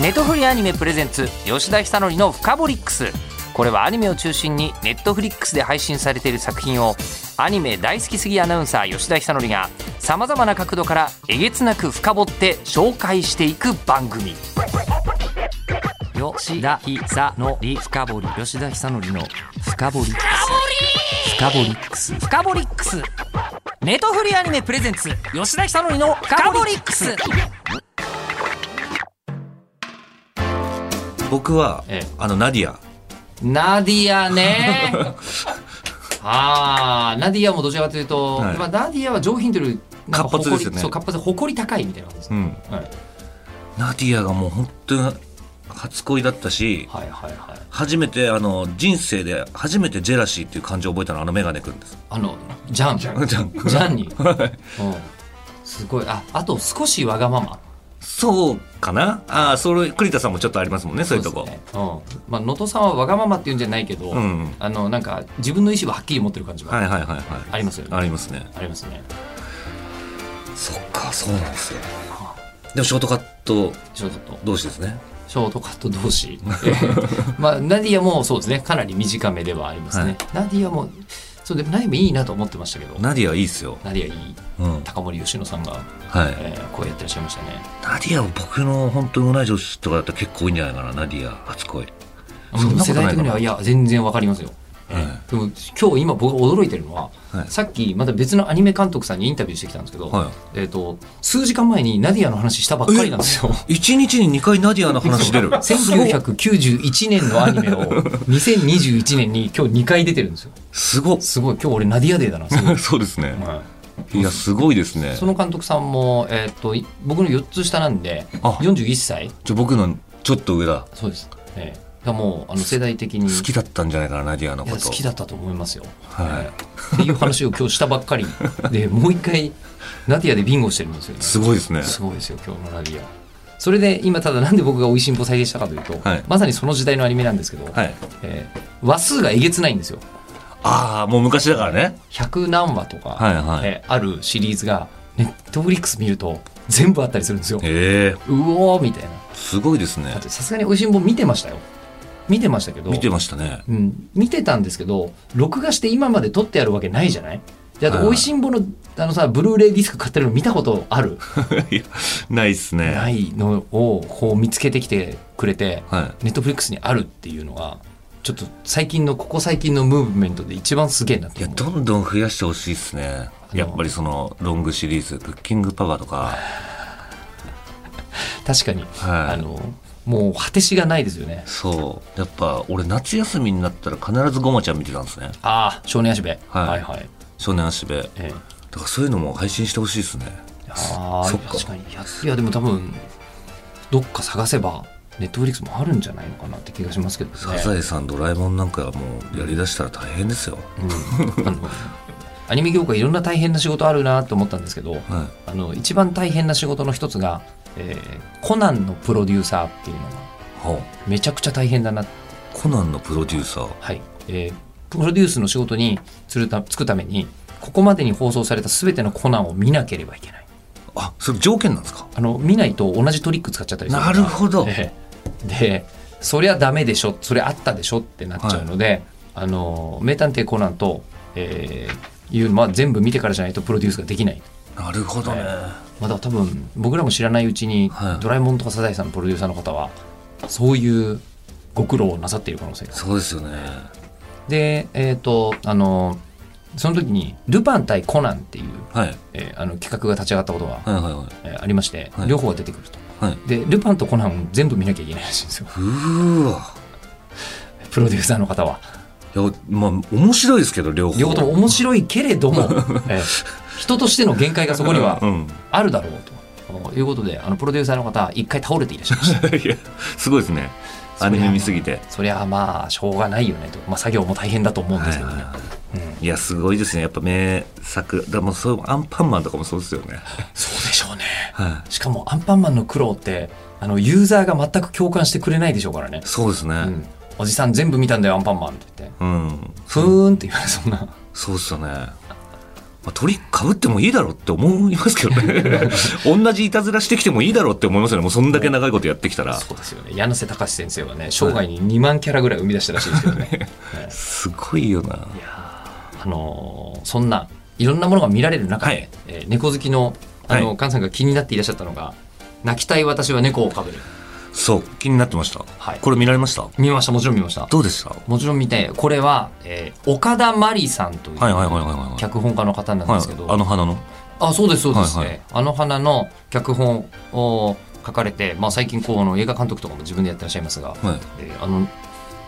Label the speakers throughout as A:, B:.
A: ネットフリアニメプレゼンツ吉田久典の「フカボリックス」これはアニメを中心にネットフリックスで配信されている作品をアニメ大好きすぎアナウンサー吉田久典がさまざまな角度からえげつなく深掘って紹介していく番組吉田久典深掘り吉田久典の「深掘り」「深掘り」「深掘りックス」「深掘りックス」ネットフリアニメプレゼンツ吉田久典の「深掘りックス」
B: 僕は、
A: ええ
B: あのナディア
A: ナディア ね。ああ、ナディアもどちらかというと、
B: はい
A: まあナディアは上品というよりなんか
B: 活発ですよ
A: 誇り
B: ね
A: そう、活発で誇り高いみたいな感じです
B: う
A: ね。
B: ん
A: はい
B: ナディアがもう本当に初恋だったし
A: はいはいはい。
B: 初めてあの人生で初めてジェラシーっていう感情を覚えたのはあのメガネくんです
A: あの、ジャン。ジ
B: ジャン
A: ャンに。うんすごい。あ、あと少しわがまま。
B: そうかなああそれ栗田さんもちょっとありますもんねそういうと
A: そう
B: こ
A: ですね。うん。まあ、能登さんはわがままっていうんじゃないけど、
B: うん
A: あの、なんか自分の意思ははっきり持ってる感じ
B: は
A: が
B: いはいはいはい
A: ありますよね。
B: ありますね
A: ありますね。
B: そっかそうなんですよでもショートカット
A: ちょっと。
B: 同士ですね
A: ショートカット同士、 えーまあナディアもそうですねかなり短めではありますね、
B: はい
A: ナディアもそうでもナディアもいいなと思ってましたけどナ
B: ナディアいいっすよ
A: ディアいい
B: うん
A: 高森佳乃さんが、
B: はい
A: えー、こうやってらっしゃいましたね
B: ナディアは僕の本当に同い年とかだったら結構多いんじゃないかなナディア初恋そんなこと
A: 世代的にはいや全然わかりますよ、えー
B: は
A: でも今日今僕驚いてるのは、
B: はい
A: さっきまた別のアニメ監督さんにインタビューしてきたんですけど、
B: は
A: えー、と数時間前にナディアの話したばっかりなん ですよ
B: い1日に2回ナディアの話 出る
A: 1991年のアニメを2021年に今日2回出てるんですよ
B: すごっ
A: すごい今日俺ナディアデーだなすごい
B: そうですね
A: はい
B: やすごいですね
A: いその監督さんも、えーっとい僕の4つ下なんで
B: あ
A: 41歳
B: じゃあ僕のちょっと上だ
A: そうです、ええだからもうあの世代的に
B: 好きだったんじゃないかなナディアの
A: い
B: こ
A: や
B: と
A: 好きだったと思いますよ、
B: はい
A: ええっていう話を今日したばっ かりでもう一回ナディアでビンゴしてるんですよね
B: すごいですね
A: すごいですよ今日のナディアそれで今ただなんで僕が「おいしんぼ」再現したかというと、
B: はい
A: まさにその時代のアニメなんですけど、
B: はい
A: ええ話数がえげつないんですよ
B: ああもう昔だからね
A: 100何話とか、
B: はいはい
A: ええあるシリーズがネットフリックス見ると全部あったりするんですよ
B: ええ
A: うおーみたいな
B: すごいですね
A: だってさすがに「おいしんぼ」見てましたよ見てましたけど
B: 見てましたね
A: うん、見てたんですけど録画して今まで撮ってやるわけないじゃないであ
B: はい
A: と「
B: はい
A: おいしんぼの」あのさブルーレイディスク買ってるの見たことある
B: いやないっすね
A: ないのをこう見つけてきてくれて
B: は
A: ネットフリックスにあるっていうのがちょっと最近のここ最近のムーブメントで一番すげえなっ
B: いい
A: て
B: や
A: 思う
B: どんどん増やしてほしいっすね
A: あの
B: やっぱりそのロングシリーズ「ブッキングパワー」とか
A: 確かに、
B: はい
A: あのもう果てしがないですよね
B: そうやっぱ俺夏休みになったら必ずごまちゃん見てたんですね
A: ああ少年足部、はい、
B: はい
A: はいはい
B: 少年足部だ
A: ええ
B: からそういうのも配信してほしいですね
A: ああ
B: そっか
A: 確かにいやいやでも多分どっか探せばネットフリックスもあるんじゃないのかなって気がしますけどね
B: サザエさんドラえもんなんかはもうやりだしたら大変ですよ
A: うんあのアニメ業界いろんな大変な仕事あるなと思ったんですけど、
B: は
A: あの一番大変な仕事の一つが、えーコナンのプロデューサーっていうのが
B: いは
A: めちゃくちゃ大変だな
B: あコナンのプロデューサー
A: はい、えープロデュースの仕事につるたつくためにここまでに放送された全てのコナンを見なければいけない
B: あそれ条件なんですか
A: あの見ないと同じトリック使っちゃったりするから
B: なるほど
A: ええでそりゃダメでしょそれあったでしょってなっちゃうので、あの名探偵コナンと、えーいうのは全部見てからじゃないとプロデュースができない、
B: なるほどね、
A: まあ、だから多分僕らも知らないうちに、
B: はい
A: ドラえもんとかサザエさんのプロデューサーの方はそういうご苦労をなさっている可能性が
B: そうですよね
A: でえっ、とあのその時に「ルパン対コナン」っていう、
B: はい
A: えーあの企画が立ち上がったことが、
B: はいはいはい
A: えーありまして、
B: はい
A: 両方が出てくると
B: はい
A: でルパンとコナンを全部見なきゃいけないらしいんですよ
B: うーわ
A: プロデューサーの方はい
B: やまあ面白いですけど両方
A: 両方とも面白いけれども、えー人としての限界がそこには
B: うん
A: あるだろうということであのプロデューサーの方一回倒れていらっしゃいま した
B: いやすごいですねアニメ見すぎて
A: そりゃまあしょうがないよねと、まあ、作業も大変だと思うんですけどね、
B: はいいやすごいですねやっぱ名作だからもうそうアンパンマンとかもそうですよ ね
A: そうでしょうね
B: は
A: しかもアンパンマンの苦労ってあのユーザーが全く共感してくれないでしょうからね
B: い、そうですね
A: うん、おじさん全部見たんだよアンパンマンって言って
B: うん、
A: ふーんって言われそうな
B: そうっすよねまあ、鳥かぶってもいいだろうって思いますけど ね同じいたずらしてきてもいいだろうって思いますよねもうそんだけ長いことやってきたら
A: そうですよね柳瀬隆先生はね生涯に2万キャラぐらい生み出したらしいですけどね、はい
B: すごいよない
A: やーあのーそんないろんなものが見られる中で、
B: はい
A: えー猫好きのあの、
B: は
A: 菅さんが気になっていらっしゃったのが「泣きたい私は猫をかぶる
B: そう気になってました、
A: はい
B: これ見られました」
A: 見ましたもちろん見ました
B: どうでした
A: もちろん見てこれは、えー岡田真理さんとい
B: はいはいはいはいうはい
A: 脚本家の方なん
B: は
A: ですけど、
B: い、あの花の
A: あそうですそうですね、
B: はいはい
A: あの花の脚本を書かれて、まあ、最近こうあの映画監督とかも自分でやってらっしゃいますが、
B: はい
A: えーあの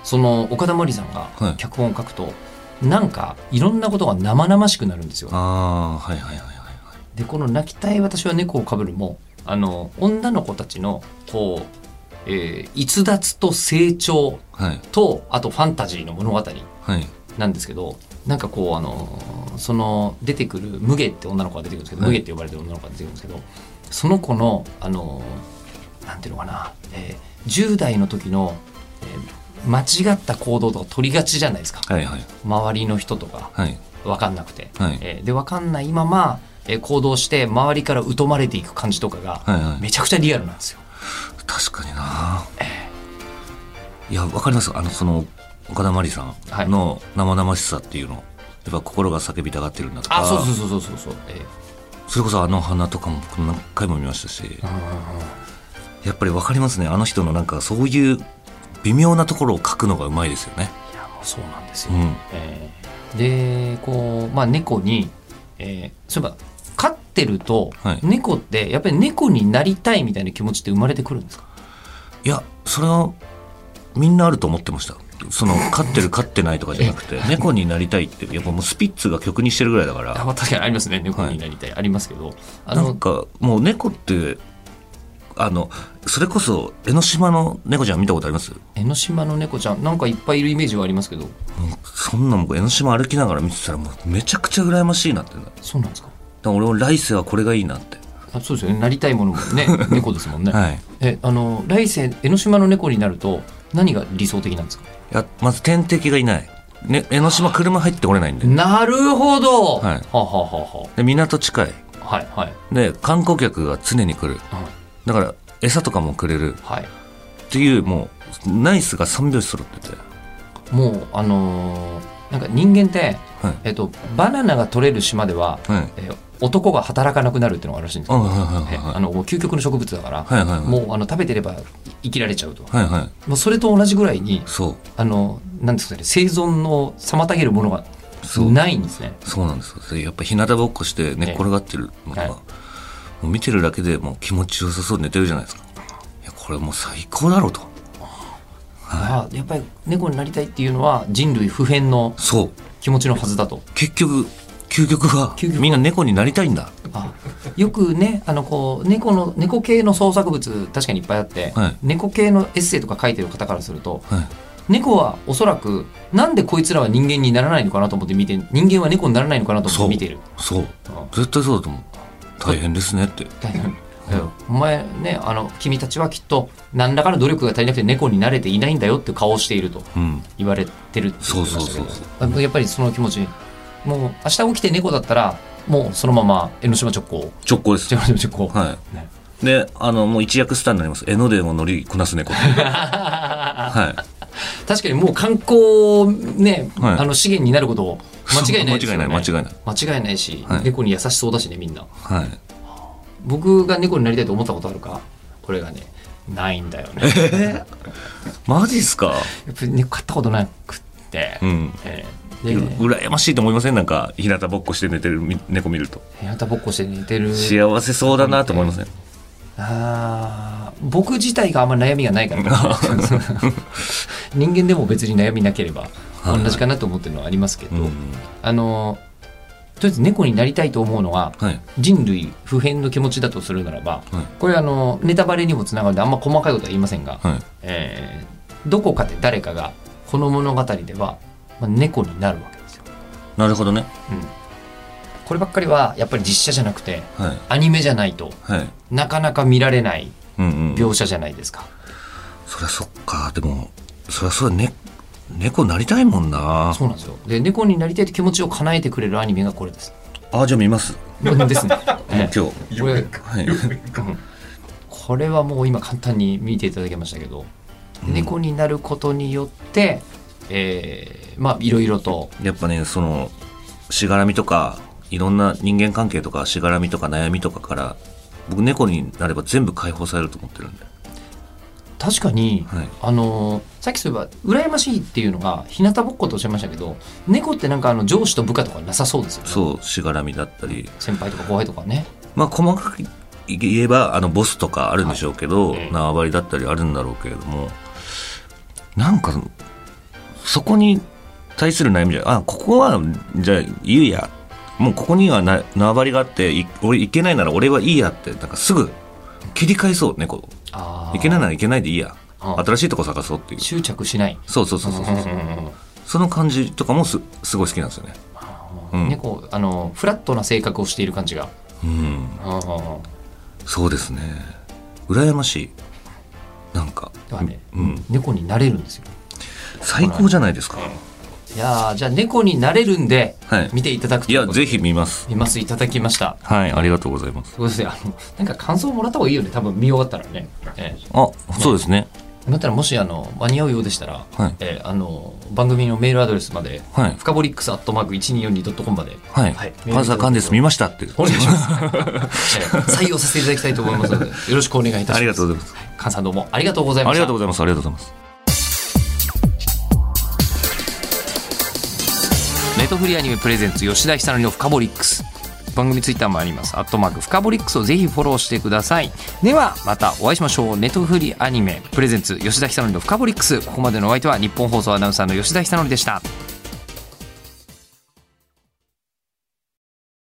A: その岡田真理さん
B: は
A: が
B: い
A: 脚本を書くと、なんかいろんなことが生々しくなるんですよ。
B: ああはいはいはいはい
A: でこの「泣きたい私は猫をかぶるも」あの女の子たちのこう、えー逸脱と成長
B: はい
A: とあとファンタジーの物語
B: はい
A: なんですけどなんかこうあのーその出てくる無ゲって女の子が出てくるんですけど、
B: はい
A: 無ゲって呼ばれてる女の子が出てくるんですけどその子のあのーなんていうのかな、えー10代の時の、えー間違った行動とか取りがちじゃないですか
B: はいはい
A: 周りの人とか
B: はい
A: 分かんなくて、
B: はい
A: えーで分かんないまま、えー行動して周りから疎まれていく感じとかが
B: はいはい
A: めちゃくちゃリアルなんですよ。
B: 確かにな、いやわかりますあのその岡田真理さんの生々しさっていうの、やっぱ心が叫びたがってるんだとか
A: あそうそうそうそうそうそう、えー
B: それこそあの花とかも僕何回も見ましたしやっぱりわかりますねあの人のなんかそういう微妙なところを書くのがうまいですよね
A: いやもうそうなんですよ
B: う。ん
A: えーでこう、まあ、猫に、えーそういえば飼ってると、
B: はい
A: 猫ってやっぱり猫になりたいみたいな気持ちって生まれてくるんですか
B: いやそれはみんなあると思ってましたその飼ってる飼ってないとかじゃなくて猫になりたいってやっぱもうスピッツが曲にしてるぐらいだから
A: あ確かにありますね猫になりたい、ありますけどあ
B: な
A: の
B: んかもう猫ってあのそれこそ江ノ島の猫ちゃん見たことあります
A: 江ノ島の猫ちゃんなんかいっぱいいるイメージはありますけど
B: そんなもん江ノ島歩きながら見てたらもうめちゃくちゃ羨ましいなってなだか
A: そうなんですから
B: 俺も来世はこれがいいなって
A: あそうですよねなりたいものもね猫です もんね、
B: はい
A: えあの来世江ノ島の猫になると何が理想的なんですか
B: いやまず天敵がいない、ね、江ノ島車入ってこれないんで
A: なるほど、
B: はい
A: はあはあは
B: で港近い
A: あはあはいはい
B: で観光客が常に来るだから餌とかもくれる
A: はい、はい
B: っていうもうナイスが3拍子揃ってて
A: もうあのーなんか人間って、
B: はい
A: えっと、バナナが取れる島では、
B: はい
A: えー男が働かなくなるっていうのがあるらしいんです
B: あ
A: よ、
B: はい
A: え
B: はい
A: あのもう究極の植物だから、
B: はいはいはい
A: もうあの食べてればい生きられちゃうと、
B: はいはいはい
A: もうそれと同じぐらいに
B: そ
A: あのなんですかね生存を妨げるものが
B: うそう
A: ないんですね
B: そうなんですよでやっぱ日向ぼっこして寝っ転がってるのとか、
A: はい
B: もう見てるだけでもう気持ちよさそうに寝てるじゃないですかいやこれもう最高だろうと
A: ああやっぱり猫になりたいっていうのは人類普遍の
B: そう
A: 気持ちのはずだと
B: 結局究極が
A: 究極
B: みんな猫になりたいんだ
A: あよくねあのこう猫の猫系の創作物確かにいっぱいあって、
B: はい
A: 猫系のエッセイとか書いてる方からすると
B: はい
A: 猫はおそらくなんでこいつらは人間にならないのかなと思って見て人間は猫にならないのかなと思って見てる。
B: そう
A: あ
B: 絶対そうだと思う大変ですねって
A: うんお前ねあの君たちはきっと何らかの努力が足りなくて猫に慣れていないんだよっていう顔をしていると
B: うん
A: 言われてるって言ってましたけど
B: そうそう
A: あやっぱりその気持ちもう明日起きて猫だったらもうそのまま江ノ島直行
B: 直行です
A: 江ノ島直行、
B: は
A: ね
B: いであのもう一躍スターになります江ノ電を乗りこなす猫 はい
A: 確かにもう観光ね、
B: はい
A: あの資源になることを間違いないですよね
B: 間違いない間違いない
A: 間違いないし、
B: はい
A: 猫に優しそうだしねみんな
B: はい
A: 僕が猫になりたいと思ったことあるかこれがねないんだよね
B: マジっすか
A: やっぱり猫飼ったことなくって、
B: うん
A: え
B: う
A: ー
B: ら
A: で
B: 羨ましいと思いませんなんか日向ぼっこして寝てるみ猫見ると
A: 部屋たぼっこして寝てる
B: 幸せそうだなと思いません
A: あー僕自体があんま悩みがない から人間でも別に悩みなければ同じかなと思ってるのはありますけど、
B: うん
A: あのとりあえず猫になりたいと思うのが
B: はい
A: 人類普遍の気持ちだとするならば、
B: はい
A: これあのネタバレにもつながるんであんま細かいことは言いませんが、
B: はい
A: えーどこかで誰かがこの物語では、まあ、猫になるわけですよ。
B: なるほどね
A: こればっかりはやっぱり実写じゃなくて
B: はい
A: アニメじゃないと
B: はい
A: なかなか見られない
B: うんうん
A: 描写じゃないですか。
B: そりゃそっかでもそりゃそうだね猫なりたいもんな
A: そうなんですよで猫になりたいという気持ちを叶えてくれるアニメがこれです。
B: あじゃあ見ます、
A: ですね。
B: 今
A: え
B: 日、
A: えこれ
B: はい、
A: これはもう今簡単に見ていただきましたけど、猫になることによって、えーまあいろいろと
B: やっぱねそのしがらみとかいろんな人間関係とかしがらみとか悩みとかから僕猫になれば全部解放されると思ってるんで、
A: 確かに、
B: はい、
A: あのーさっきそういえば羨ましいっていうのが日向ぼっことおっしゃいましたけど猫ってなんかあの上司と部下とかなさそうですよね
B: そうしがらみだったり
A: 先輩とか後輩とかね
B: まあ細かく言えばあのボスとかあるんでしょうけど、
A: はいうん
B: 縄張りだったりあるんだろうけれどもなんかそこに対する悩みじゃあここはじゃあ言うやもうここにはな縄張りがあってい俺いけないなら俺はいいやってなんかすぐ切り替えそう猫、
A: あー
B: いけないならいけないでいいや
A: あ
B: 新しいとこ探そうっていう
A: 執着しない
B: そうそうそうそうそう
A: うんうんうん
B: その感じとかもすすごい好きなんですよねうん
A: 猫あのフラットな性格をしている感じが
B: うん
A: うんうんうん
B: そうですね羨ましいなんか
A: だからね、
B: うん
A: 猫になれるんですよ
B: 最高じゃないですか、
A: いやーじゃあ猫になれるんで、
B: はい
A: 見ていただく
B: いやぜ
A: ひ
B: ひ見ます
A: 見ますいただきました
B: はいありがとうございます
A: ということであのなんか感想もらった方がいいよね多分見終わったらね、え
B: あそうですね
A: えだったらもしあの間に合うようでしたら、
B: はい
A: えーあの番組のメールアドレスまで、
B: はい
A: フカボリックスアットマーク 1242.com まで、
B: はい、
A: はい
B: パンサーカンです見ましたって
A: お願いします、えー採用させていただきたいと思いますのでよろしくお願いいたします
B: ありがとうございます
A: 菅さんどうもありがとうござい
B: あ
A: ました
B: りがとうございますありがとうございま
A: ネトフリアニメプレゼンツ吉田久典のフカボリックス番組ツイッターもありますアットマークフカボリックスをぜひフォローしてくださいではまたお会いしましょうネトフリアニメプレゼンツ吉田久典のフカボリックスここまでのお相手は日本放送アナウンサーの吉田久典でした